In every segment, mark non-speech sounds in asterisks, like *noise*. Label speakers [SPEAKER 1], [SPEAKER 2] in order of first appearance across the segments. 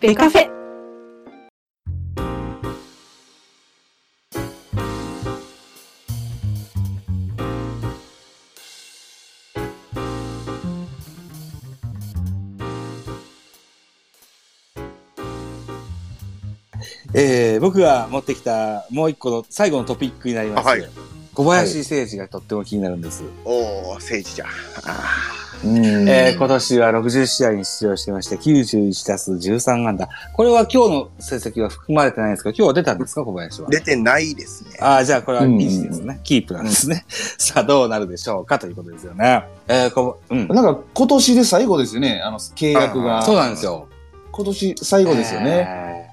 [SPEAKER 1] ベカフェ。
[SPEAKER 2] えー、僕が持ってきたもう一個の最後のトピックになります。
[SPEAKER 3] あはい
[SPEAKER 2] 小林誠司がとっても気になるんです。
[SPEAKER 3] おお、政治じゃん。あ
[SPEAKER 2] えー今年は60試合に出場してまして、91打数13安打。これは今日の成績は含まれてないんですけど、今日は出たんですか、小林は
[SPEAKER 3] ー。出てないですね。
[SPEAKER 2] ああ、じゃあこれは維持ですね。キープなんですね。さあ、どうなるでしょうかということですよね。えー、こうん。
[SPEAKER 4] なんか今年で最後ですよね、あの契約が。
[SPEAKER 2] そうなんです。よ。
[SPEAKER 4] 今年最後ですよね。
[SPEAKER 2] ね。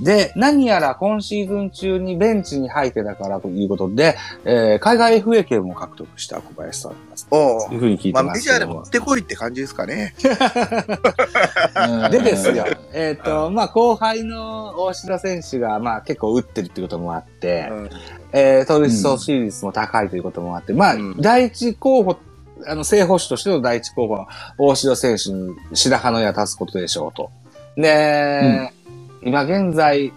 [SPEAKER 2] で、何やら今シーズン中にベンチに入ってたからということで、えー海外 FA 権も獲得した小林さんです。
[SPEAKER 3] お
[SPEAKER 2] と
[SPEAKER 3] お
[SPEAKER 2] いう。ふうに聞い
[SPEAKER 3] ま
[SPEAKER 2] て
[SPEAKER 3] あ、
[SPEAKER 2] ま
[SPEAKER 3] メ
[SPEAKER 2] す
[SPEAKER 3] ジャー
[SPEAKER 2] け
[SPEAKER 3] で
[SPEAKER 2] ども。
[SPEAKER 3] もってこいって感じですかね。
[SPEAKER 4] うん
[SPEAKER 2] でですよ。、えっ、と、まあ、後輩の大志田選手が、まあ、結構打ってるってこともあって、
[SPEAKER 3] うん
[SPEAKER 2] えー、盗塁阻止率も高いということもあって、まあ
[SPEAKER 3] うん、
[SPEAKER 2] 第一候補、あの、正捕手としての第一候補は、大城選手に白羽の矢立つことでしょうと。で、今現在、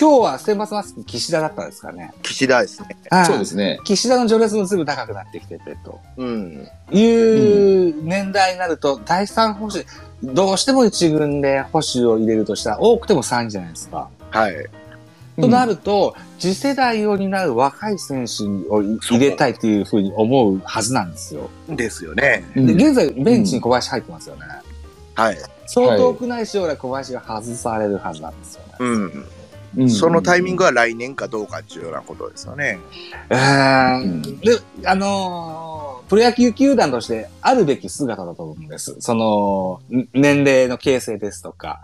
[SPEAKER 2] 今日は先発マスク岸田だったんですかね。
[SPEAKER 3] 岸田ですね。
[SPEAKER 2] はい
[SPEAKER 4] そうですね。
[SPEAKER 2] 岸田の序列もずいぶん高くなってきてて、と
[SPEAKER 3] うん。
[SPEAKER 2] いう年代になると、第三捕手、どうしても一軍で捕手を入れるとしたら、多くても3じゃないですか。
[SPEAKER 3] はい。
[SPEAKER 2] となると、次世代を担う若い選手を入れたいっていうふうに思うはずなんですよ。
[SPEAKER 3] ですよね。
[SPEAKER 4] うん
[SPEAKER 2] で、現在ベンチに小林入ってますよね。
[SPEAKER 3] はい。
[SPEAKER 2] そう遠くない将来小林が外されるはずなんですよね。
[SPEAKER 3] うん。
[SPEAKER 4] うん
[SPEAKER 3] そのタイミングは来年かどうかっていうようなことですよね。
[SPEAKER 2] え
[SPEAKER 4] う
[SPEAKER 2] ー
[SPEAKER 4] ん
[SPEAKER 2] で、あのープロ野球球団としてあるべき姿だと思うんです。その、ん年齢の形成ですとか、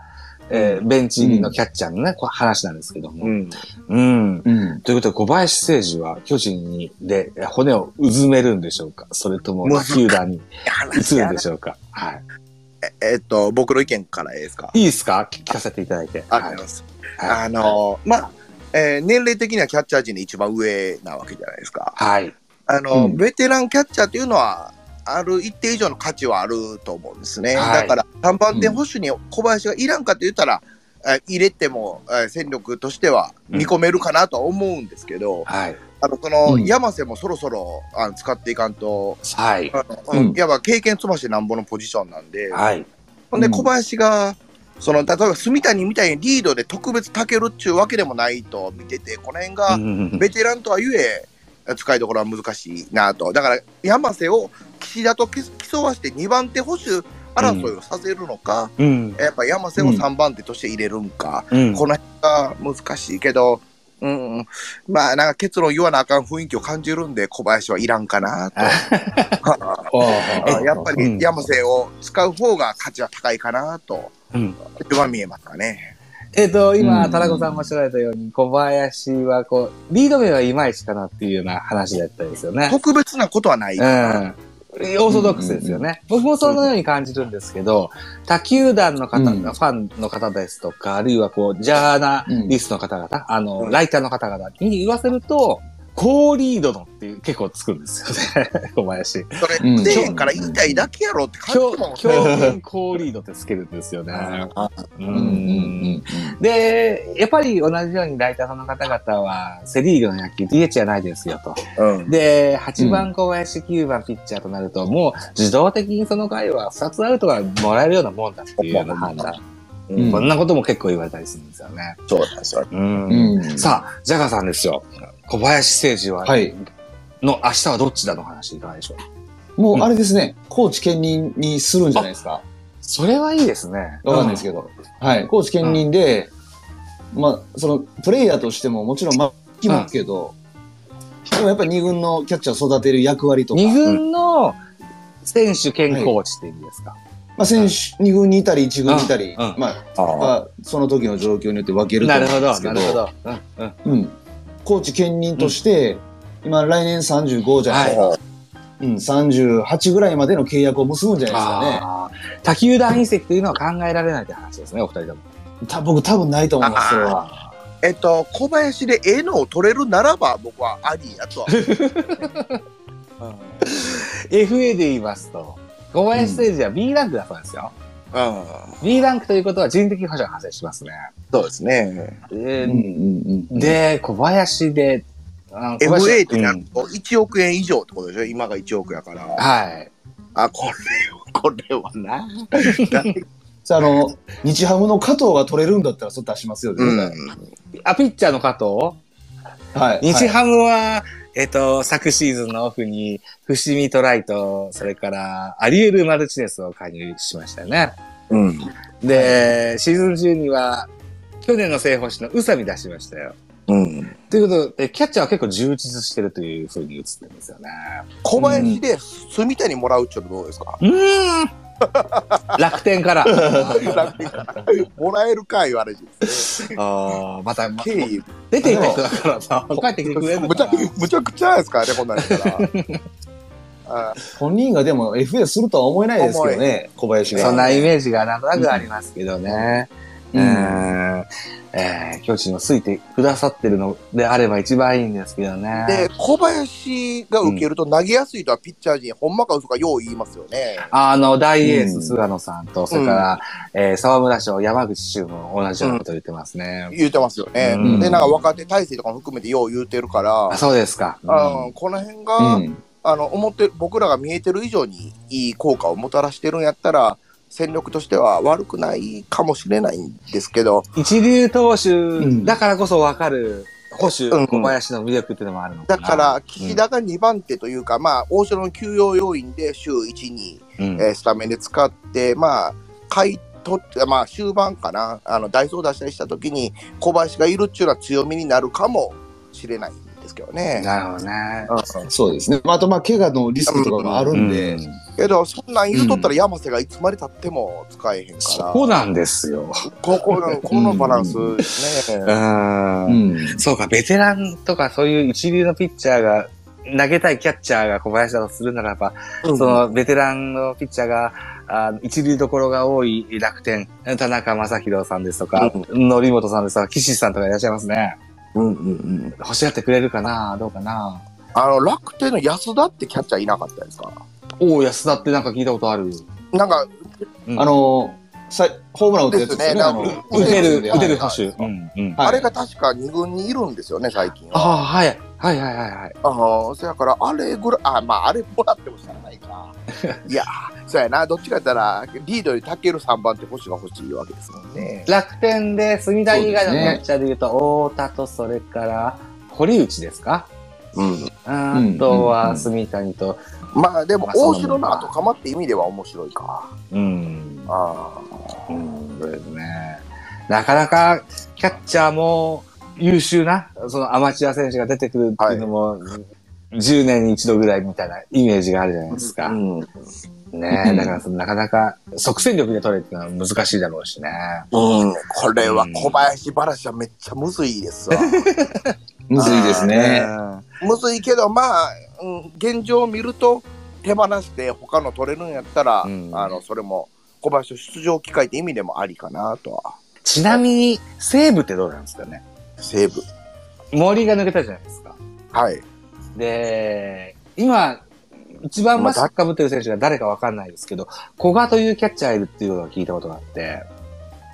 [SPEAKER 2] えーベンチ入りのキャッチャーのね、こう話なんですけども。
[SPEAKER 3] ん。
[SPEAKER 2] うん
[SPEAKER 4] うん。
[SPEAKER 2] ということで、小林誠司は巨人にでえ骨をうずめるんでしょうかそれとも
[SPEAKER 3] もう
[SPEAKER 2] 他球団に移
[SPEAKER 3] 話
[SPEAKER 2] るん
[SPEAKER 3] や
[SPEAKER 2] で
[SPEAKER 3] な
[SPEAKER 2] しょうかはい。
[SPEAKER 3] えっと、僕の意見からいいですか。
[SPEAKER 2] いいですか聞聞かせていただいて。
[SPEAKER 3] ありが
[SPEAKER 2] はい
[SPEAKER 3] とうございます。
[SPEAKER 2] はい
[SPEAKER 3] あの、まあ、えー年齢的にはキャッチャー陣で一番上なわけじゃないですか。
[SPEAKER 2] はい。
[SPEAKER 3] あの、
[SPEAKER 4] うん
[SPEAKER 3] ベテランキャッチャーというのは、ある一定以上の価値はあると思うんですね。
[SPEAKER 2] はい
[SPEAKER 3] だから、3番手保守に小林がいらんかと言ったら、えー入れても、えー戦力としては見込めるかなとは思うんですけど、
[SPEAKER 2] はい。
[SPEAKER 3] あの、その、
[SPEAKER 4] うん
[SPEAKER 3] 山瀬もそろそろあの使っていかんと、
[SPEAKER 2] はい。
[SPEAKER 3] あのうん
[SPEAKER 4] うん
[SPEAKER 3] やっぱ経験積ましてなんぼのポジションなんで、
[SPEAKER 2] はい。
[SPEAKER 3] ほんで
[SPEAKER 4] うん
[SPEAKER 3] 小林が、その、例えば住谷みたいにリードで特別たけるっちゅうわけでもないと見てて、この辺が、
[SPEAKER 2] うん
[SPEAKER 3] ベテランとはゆえ、使いどころは難しいなと。だから、山瀬を岸田とき競わして2番手保守争いをさせるのか、
[SPEAKER 2] うん。
[SPEAKER 3] やっぱ山瀬を3番手として入れるんか、
[SPEAKER 2] うん
[SPEAKER 3] この辺が難しいけど、うんうん、まあ、なんか結論言わなあかん雰囲気を感じるんで、小林はいらんか
[SPEAKER 2] *laughs*
[SPEAKER 3] なと。
[SPEAKER 2] あ
[SPEAKER 3] やっぱ
[SPEAKER 2] うん
[SPEAKER 3] り山瀬を使う方が価値は高いかなと、
[SPEAKER 2] うん
[SPEAKER 3] 一番見えますかね。
[SPEAKER 2] えっ、と、今、
[SPEAKER 4] うん
[SPEAKER 2] 田中さんがおっしゃられたように、小林はこう、リード面はいまいちかなっていうような話だったんですよね。
[SPEAKER 3] 特別なことはない。
[SPEAKER 2] うん。オーソドックスですよね。僕もそのように感じるんですけど、他球団の方、
[SPEAKER 4] うん
[SPEAKER 2] ファンの方ですとか、あるいはこう、ジャーナリストの方々、あの、ライターの方々に言わせると、高リードのっていう結構つくんですよね、 *laughs* 小林。
[SPEAKER 3] それ、
[SPEAKER 4] うん
[SPEAKER 3] せえへんから言いたいだけやろって感
[SPEAKER 2] 狂
[SPEAKER 3] じもん
[SPEAKER 2] 狂言高リードってつけるんですよね。う
[SPEAKER 4] うんうん
[SPEAKER 2] んで、やっぱり同じようにライターさんの方々は、セリーグの野球 DH じゃないですよと。
[SPEAKER 3] うん
[SPEAKER 2] で、8番小林、9番ピッチャーとなると、もう自動的にその回は2つアウトがもらえるようなもんだっていうような判断。
[SPEAKER 4] うん
[SPEAKER 2] こんなことも結構言われたりするんですよね。
[SPEAKER 3] そうなんですよ。
[SPEAKER 4] うんうん。
[SPEAKER 2] さあ、ジャガーさんですよ。小林誠司は、
[SPEAKER 4] はい
[SPEAKER 2] の明日はどっちだの話いかがでしょう
[SPEAKER 4] もうあれですね、コーチ兼任にするんじゃないですか。
[SPEAKER 2] それはいいですね。
[SPEAKER 4] わかんないですけど。はい。コーチ兼任で、まあ、その、プレイヤーとしてももちろん、まあ、きますけど、でもやっぱり二軍のキャッチャーを育てる役割とか、
[SPEAKER 2] 二軍の選手兼コーチって意味ですか。
[SPEAKER 4] まあ、選手、2軍にいたり、1軍にいたり、
[SPEAKER 2] うんうん
[SPEAKER 4] まあ、
[SPEAKER 3] ああ。
[SPEAKER 4] まあその時の状況によって分けると
[SPEAKER 2] な
[SPEAKER 4] 思
[SPEAKER 2] るほ
[SPEAKER 4] うんで
[SPEAKER 2] ど、
[SPEAKER 4] すけ
[SPEAKER 2] な
[SPEAKER 4] ど、
[SPEAKER 2] るほど。うんうん
[SPEAKER 4] うん、コーチ兼任として、今、来年35じゃないですか、
[SPEAKER 3] は
[SPEAKER 4] うん、38ぐらいまでの契約を結ぶんじゃないですかね
[SPEAKER 2] あー他球団移籍というのは考えられないって話ですね、お二人とも。
[SPEAKER 4] た。僕、多分ないと思います、それは。
[SPEAKER 3] いえっと、小林でええのを取れるならば、僕はありやとは。
[SPEAKER 2] FA で言いますと、小林誠司は B ランクだそうですよ。
[SPEAKER 3] うん。
[SPEAKER 2] B ランクということは人的保障が発生しますね。
[SPEAKER 3] そうですね。
[SPEAKER 2] え
[SPEAKER 4] う
[SPEAKER 2] ー
[SPEAKER 4] んうんうん、
[SPEAKER 2] で、小林で、あの小林
[SPEAKER 3] MA となると1億円以上ってことでしょ今が1億やから。
[SPEAKER 2] はい。
[SPEAKER 3] あ、これは、これはな。
[SPEAKER 4] さああの日ハムの加藤が取れるんだったら、それ出しますよね。
[SPEAKER 3] うん。
[SPEAKER 2] あ、ピッチャーの加藤
[SPEAKER 4] はい、
[SPEAKER 2] 日
[SPEAKER 4] はい
[SPEAKER 2] ハムは、えっと、昨シーズンのオフに、伏見トライと、それから、アリエル・マルチネスを加入しましたよね。
[SPEAKER 3] うん。
[SPEAKER 2] で、シーズン中には、去年の正捕手の宇佐美出しましたよ。
[SPEAKER 3] うん。
[SPEAKER 2] ということで、キャッチャーは結構充実してるというふうに映ってるんですよね。
[SPEAKER 3] 小林で住谷もらうっちょっとどうです *laughs* か
[SPEAKER 2] うーん楽天から。
[SPEAKER 3] もらえるか言われて。
[SPEAKER 2] あ *laughs* ーまた、ま
[SPEAKER 3] 経緯、
[SPEAKER 2] 出ていった人だからさ、 *laughs* 帰ってきてくれるの
[SPEAKER 3] むち
[SPEAKER 2] か
[SPEAKER 3] ゃむちゃくちゃですからね、こんなんやったら。 *laughs* あ
[SPEAKER 4] 本人がでも FA するとは思えないですけどね、小林
[SPEAKER 2] な
[SPEAKER 4] が。
[SPEAKER 2] そんなイメージがなんとなくありますけどね。う。
[SPEAKER 4] うんん
[SPEAKER 2] えー、巨人をついてくださってるのであれば一番いいんですけどね。
[SPEAKER 3] で、小林が受けると投げやすいとはピッチャー陣、ほんまか嘘かよう言いますよね。
[SPEAKER 2] あの、大エース、菅野さんと、それから、えー沢村賞、山口周も同じようなこと言ってますね。
[SPEAKER 3] 言うてますよね。
[SPEAKER 2] うん
[SPEAKER 3] で、なんか若手体制とかも含めてよう言うてるから、
[SPEAKER 2] あ、そうですか。
[SPEAKER 3] あーこの辺が、
[SPEAKER 4] うん、
[SPEAKER 3] あの思って僕らが見えてる以上にいい効果をもたらしてるんやったら戦力としては悪くないかもしれないんですけど、
[SPEAKER 2] 一流投手
[SPEAKER 4] ん
[SPEAKER 2] だからこそ分かる保守、
[SPEAKER 3] うん
[SPEAKER 2] 小林の魅力っていうのもあるのか
[SPEAKER 3] だ
[SPEAKER 2] な。
[SPEAKER 3] から岸田が2番手というか、まあ、大城の休養要員で週1、2、
[SPEAKER 2] うん、
[SPEAKER 3] えースタメンで使って、まあ、買い取って、まあ、終盤かな、あのダイソー出したりしたときに、小林がいるっていうのは強みになるかもしれないんですけどね。
[SPEAKER 2] なるほどね。
[SPEAKER 4] そうですね。まああと、まあ、怪我のリスクとかがあるんで、
[SPEAKER 2] うん
[SPEAKER 3] けど、そんなん言うとったら、山瀬がいつまでたっても使えへんから、
[SPEAKER 2] そこなんですよ。
[SPEAKER 3] ここのこのバランスね。
[SPEAKER 2] うん
[SPEAKER 4] うん
[SPEAKER 2] そうか、ベテランとかそういう一流のピッチャーが、投げたいキャッチャーが小林だとするならば、
[SPEAKER 3] うん
[SPEAKER 2] そのベテランのピッチャーが、あ一流どころが多い楽天、田中将大さんですとか、則本さんですとか、岸さんとかいらっしゃいますね。
[SPEAKER 3] うんうんうん、
[SPEAKER 2] 欲しがってくれるかなどうかな
[SPEAKER 3] あの楽天の安田ってキャッチャーいなかったですか
[SPEAKER 2] おお、安田ってなんか聞いたことある。
[SPEAKER 3] なんか、
[SPEAKER 4] あのさホームラン打ったやつで
[SPEAKER 3] ですね
[SPEAKER 4] すよね。あの
[SPEAKER 3] なんか
[SPEAKER 2] 打てる、打てる
[SPEAKER 4] は
[SPEAKER 2] 捕手。うん、うん。
[SPEAKER 4] い
[SPEAKER 3] あれが確か2軍にいるんですよね、最近は。
[SPEAKER 2] ああ、はい。はいはいはいはい。
[SPEAKER 3] ああ、そやから、あれぐらい、あまあ、あれもらってもしゃあない
[SPEAKER 2] *laughs*
[SPEAKER 3] か。いやー、そやな、どっちかやったら、リードにたける3番って星が欲しいわけですもんね。
[SPEAKER 2] 楽天で、隅田以外のキャッチャーで言うと、大田とそれから、堀内ですか
[SPEAKER 3] うん、
[SPEAKER 2] あ
[SPEAKER 4] うん
[SPEAKER 2] と
[SPEAKER 4] う
[SPEAKER 2] は、
[SPEAKER 4] ん
[SPEAKER 2] 住谷と、
[SPEAKER 3] まあ、でも
[SPEAKER 2] ま、あそんなも
[SPEAKER 3] 大
[SPEAKER 2] んか
[SPEAKER 3] 城の後かまって意味では面白いか。
[SPEAKER 2] うん、
[SPEAKER 3] あ
[SPEAKER 2] うん、そうですね。なかなか、キャッチャーも優秀な、そのアマチュア選手が出てくるっていうのも、10年に一度ぐらいみたいなイメージがあるじゃないです
[SPEAKER 3] あ、
[SPEAKER 2] か。
[SPEAKER 3] ん、うん、
[SPEAKER 2] ね
[SPEAKER 4] う
[SPEAKER 2] え、
[SPEAKER 4] ん
[SPEAKER 2] だからそのなかなか即戦力で取れっていうのは難しいだろうしね。
[SPEAKER 3] これは小林話はめっちゃむずいです
[SPEAKER 2] *laughs*
[SPEAKER 3] わ。
[SPEAKER 4] むずいですね。
[SPEAKER 3] むずいけど、まあ、うん、現状を見ると、手放して他の取れるんやったら、
[SPEAKER 2] うん
[SPEAKER 3] あの、それも、小林の出場機会って意味でもありかなとは。
[SPEAKER 2] ちなみに、西武ってどうなんですかね
[SPEAKER 3] 西武。
[SPEAKER 2] 森が抜けたじゃないですか。
[SPEAKER 3] はい。
[SPEAKER 2] で、今、一番マスク被ってる選手が誰かわかんないですけど、古賀というキャッチャーいるっていうのを聞いたことがあって、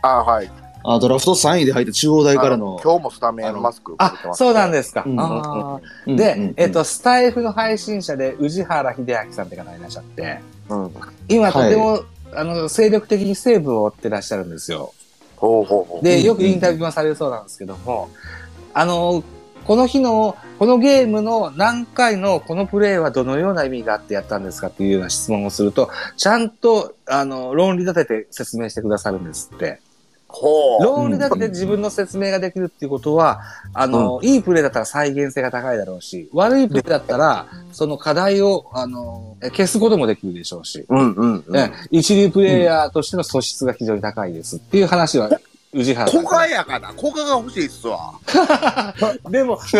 [SPEAKER 3] あはい。
[SPEAKER 4] あドラフト3位で入った中央大からの
[SPEAKER 3] あ。今日もスタメンマスクかぶって
[SPEAKER 2] あ、
[SPEAKER 3] ます
[SPEAKER 2] そうなんですか。
[SPEAKER 4] うん
[SPEAKER 2] あー
[SPEAKER 4] うん
[SPEAKER 2] で、
[SPEAKER 4] うん
[SPEAKER 2] えっと、スタイフの配信者で宇治原秀明さんって方がいらっしゃって、
[SPEAKER 3] うん。
[SPEAKER 2] 今
[SPEAKER 4] は
[SPEAKER 2] と
[SPEAKER 4] い
[SPEAKER 2] ても、あの、精力的に西武を追ってらっしゃるんですよ。
[SPEAKER 3] ほうほうほう。
[SPEAKER 4] うんう
[SPEAKER 2] で、
[SPEAKER 4] ん
[SPEAKER 2] よくインタビューもされるそうなんですけども、あの、この日の、このゲームの何回のこのプレーはどのような意味があってやったんですかっていうような質問をすると、ちゃんと、あの、論理立てて説明してくださるんですって。
[SPEAKER 3] ほう。
[SPEAKER 2] ロールだけで自分の説明ができるっていうことは、あの、いいプレーだったら再現性が高いだろうし、悪いプレーだったら、その課題を、あの、え消すこともできるでしょうし、
[SPEAKER 3] うんうんう
[SPEAKER 2] ね
[SPEAKER 3] ん。
[SPEAKER 2] 一流プレイヤーとしての素質が非常に高いですっていう話は、宇治原さん
[SPEAKER 3] 古
[SPEAKER 2] から。
[SPEAKER 3] 賀やから、古賀が欲しいっ
[SPEAKER 2] *laughs*
[SPEAKER 3] すわ。
[SPEAKER 2] でも、
[SPEAKER 3] これ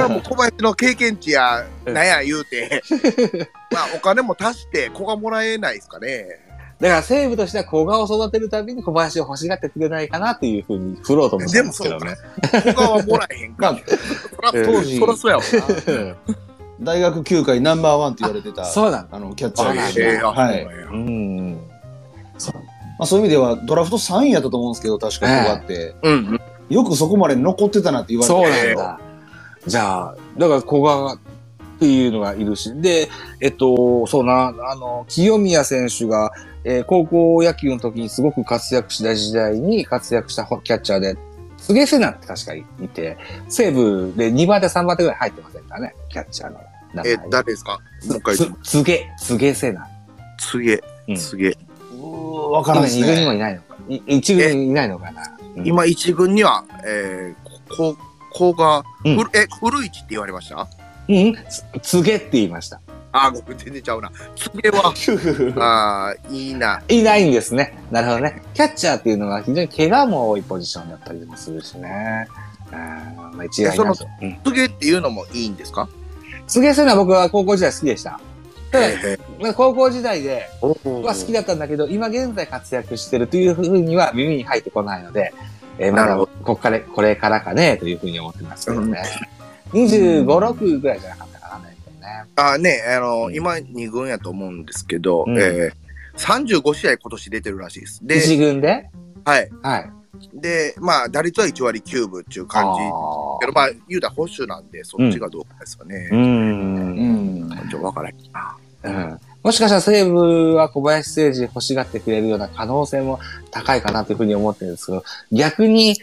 [SPEAKER 3] はもう小林の経験値や、
[SPEAKER 2] うん
[SPEAKER 3] なんや言うて、 *laughs* まあお金も足して、古賀もらえないですかね。
[SPEAKER 2] だから西武としては古賀を育てるたびに小林を欲しがってくれないかなっていうふうに振ろうと思ったんですけどね。
[SPEAKER 3] 古賀はもらえへんか。
[SPEAKER 4] まあ、
[SPEAKER 3] そら、
[SPEAKER 2] ええ
[SPEAKER 3] 当時、そらそうやわな。
[SPEAKER 4] *laughs* 大学球界ナンバーワンって言われてた、
[SPEAKER 2] そうなんだ。
[SPEAKER 4] あの、キャッチャー
[SPEAKER 2] そ
[SPEAKER 4] で
[SPEAKER 2] うなん
[SPEAKER 4] す
[SPEAKER 3] ええ
[SPEAKER 4] ね。はい。
[SPEAKER 3] あ
[SPEAKER 4] ま
[SPEAKER 3] そうなんや
[SPEAKER 2] うん。
[SPEAKER 4] あ、そういう意味では、ドラフト3位やったと思うんですけど、確か
[SPEAKER 2] ええ
[SPEAKER 4] こうあって、
[SPEAKER 3] うんうん。
[SPEAKER 4] よくそこまで残ってたなって言わ
[SPEAKER 2] そうん
[SPEAKER 4] れてたで
[SPEAKER 2] な
[SPEAKER 4] すけ
[SPEAKER 2] ん
[SPEAKER 4] ど
[SPEAKER 2] だ。じゃあ、だから古賀っていうのがいるし、で、えっと、そうな、あの、清宮選手が、えー高校野球の時にすごく活躍した時代に活躍したキャッチャーで、菅瀬なって確かいて、西武で2番手3番手ぐらい入ってませんからね、キャッチャーの名前。
[SPEAKER 3] え、誰ですかもう一回言って。
[SPEAKER 2] つつげ、つげせな。
[SPEAKER 3] すげ
[SPEAKER 2] う
[SPEAKER 3] え、
[SPEAKER 2] ん
[SPEAKER 3] すげえ。
[SPEAKER 4] うーわからんです
[SPEAKER 2] 今二軍に
[SPEAKER 4] ね。
[SPEAKER 2] もいないのか。い一軍にいないのかな。うん、
[SPEAKER 3] 今、一軍には、えー、こ、こが、
[SPEAKER 2] うん
[SPEAKER 3] ふるえ、古市って言われました
[SPEAKER 2] うん、つつげって言いました。
[SPEAKER 3] あー、ごめん、全然ちゃうな。すげえは、あー、いいな。
[SPEAKER 2] いないんですね。なるほどね。キャッチャーっていうのは非常に怪我も多いポジションだったりもするしね。あーまあ、一概になると。うん
[SPEAKER 3] すげえっていうのもいいんですか
[SPEAKER 2] つげせな僕は高校時代好きでした。ただ
[SPEAKER 3] ええ
[SPEAKER 2] まあ高校時代で
[SPEAKER 3] お
[SPEAKER 2] は好きだったんだけど、今現在活躍してるというふうには耳に入ってこないので、えーま
[SPEAKER 3] なる
[SPEAKER 2] だ
[SPEAKER 3] ほ
[SPEAKER 2] こっから、これからかね、というふうに思ってますけどね。25、6ぐらいじゃなかったかな、ね。
[SPEAKER 3] あーね、あの、
[SPEAKER 2] うん
[SPEAKER 3] 今2軍やと思うんですけど、
[SPEAKER 2] うん
[SPEAKER 3] えー、35試合今年出てるらしいです。で、
[SPEAKER 2] 一軍で
[SPEAKER 3] はい。
[SPEAKER 2] はい。
[SPEAKER 3] で、まあ、打率は1割9分っていう感じ。けど、まあ、言うたら保守なんで、そっちがどうかですよ
[SPEAKER 2] う
[SPEAKER 3] ね。
[SPEAKER 2] ん
[SPEAKER 4] う。ん。
[SPEAKER 3] ちょっとわからへんな。
[SPEAKER 2] うんもしかしたら西武は小林誠司欲しがってくれるような可能性も高いかなというふうに思ってるんですけど、逆に、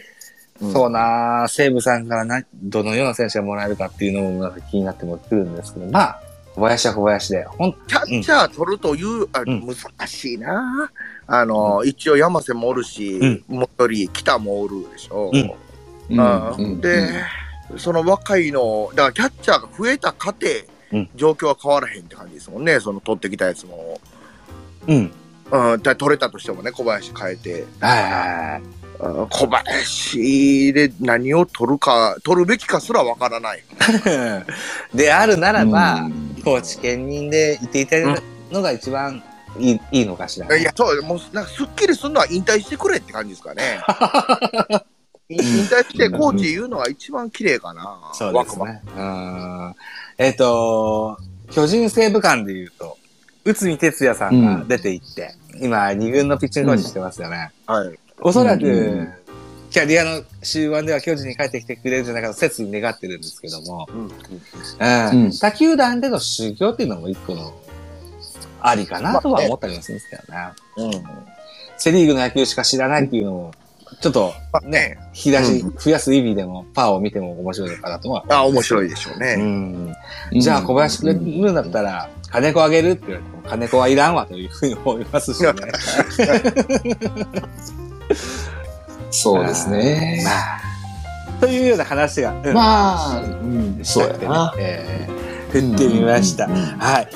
[SPEAKER 4] うん
[SPEAKER 2] そうなあ西武さんからなどのような選手がもらえるかっていうのもなんか気になってもくるんですけど、まあ、小林は小林で、ほん、
[SPEAKER 3] キャッチャー取るという、あ
[SPEAKER 2] ん
[SPEAKER 3] 難しいな。あの、一応山瀬もおるし、もう一人北もおるでしょ。
[SPEAKER 2] うん
[SPEAKER 3] あ
[SPEAKER 4] う
[SPEAKER 3] ー
[SPEAKER 4] ん
[SPEAKER 3] で、その若いの、だからキャッチャーが増えた過程、
[SPEAKER 2] うん
[SPEAKER 3] 状況は変わらへんって感じですもんね、その取ってきたやつも。
[SPEAKER 2] うん。
[SPEAKER 3] うん、だ取れたとしてもね、小林変えて。
[SPEAKER 2] はいはいはい。
[SPEAKER 3] うん小林で何を取るか、取るべきかすらわからない。
[SPEAKER 2] *laughs* であるなら
[SPEAKER 4] う
[SPEAKER 2] ば、
[SPEAKER 4] ん
[SPEAKER 2] 高知兼任でいていただくのが一番いい,、いいのかしら、
[SPEAKER 3] いや、そう、もう、なんか、すっきりするのは引退してくれって感じです
[SPEAKER 2] *laughs*
[SPEAKER 3] かね。い引退してコーチ言うのは一番綺麗かな。
[SPEAKER 2] そうですね。うん。えっ、と、巨人西部間で言うと、内海哲也さんが出ていって、今、二軍のピッチングコーチしてますよね。
[SPEAKER 3] ワクワクはい。
[SPEAKER 2] おそらく、
[SPEAKER 4] うん
[SPEAKER 2] キャリアの終盤では巨人に帰ってきてくれるんじゃないかと切に願ってるんですけども、
[SPEAKER 3] うんうん
[SPEAKER 2] うん
[SPEAKER 4] うん
[SPEAKER 2] 他球団での修行っていうのも一個のありかなとは思ったりもするんですけどね。セリーグの野球しか知らないっていうのも、ちょっと
[SPEAKER 3] まあね、
[SPEAKER 2] 引き出し増やす意味でも、パーを見ても面白いのかなとは。
[SPEAKER 3] あ、面白いでしょう
[SPEAKER 2] う
[SPEAKER 3] ね。
[SPEAKER 2] ん。じゃあ小林くれるんだったら、金子あげるって言われても、金子はいらんわというふうに思います
[SPEAKER 4] *laughs*
[SPEAKER 2] しね。
[SPEAKER 4] そうですね。
[SPEAKER 2] まあというような話が、うん
[SPEAKER 4] まあ、うん、そうやな。
[SPEAKER 2] えー振ってみました。
[SPEAKER 4] うん
[SPEAKER 2] はい。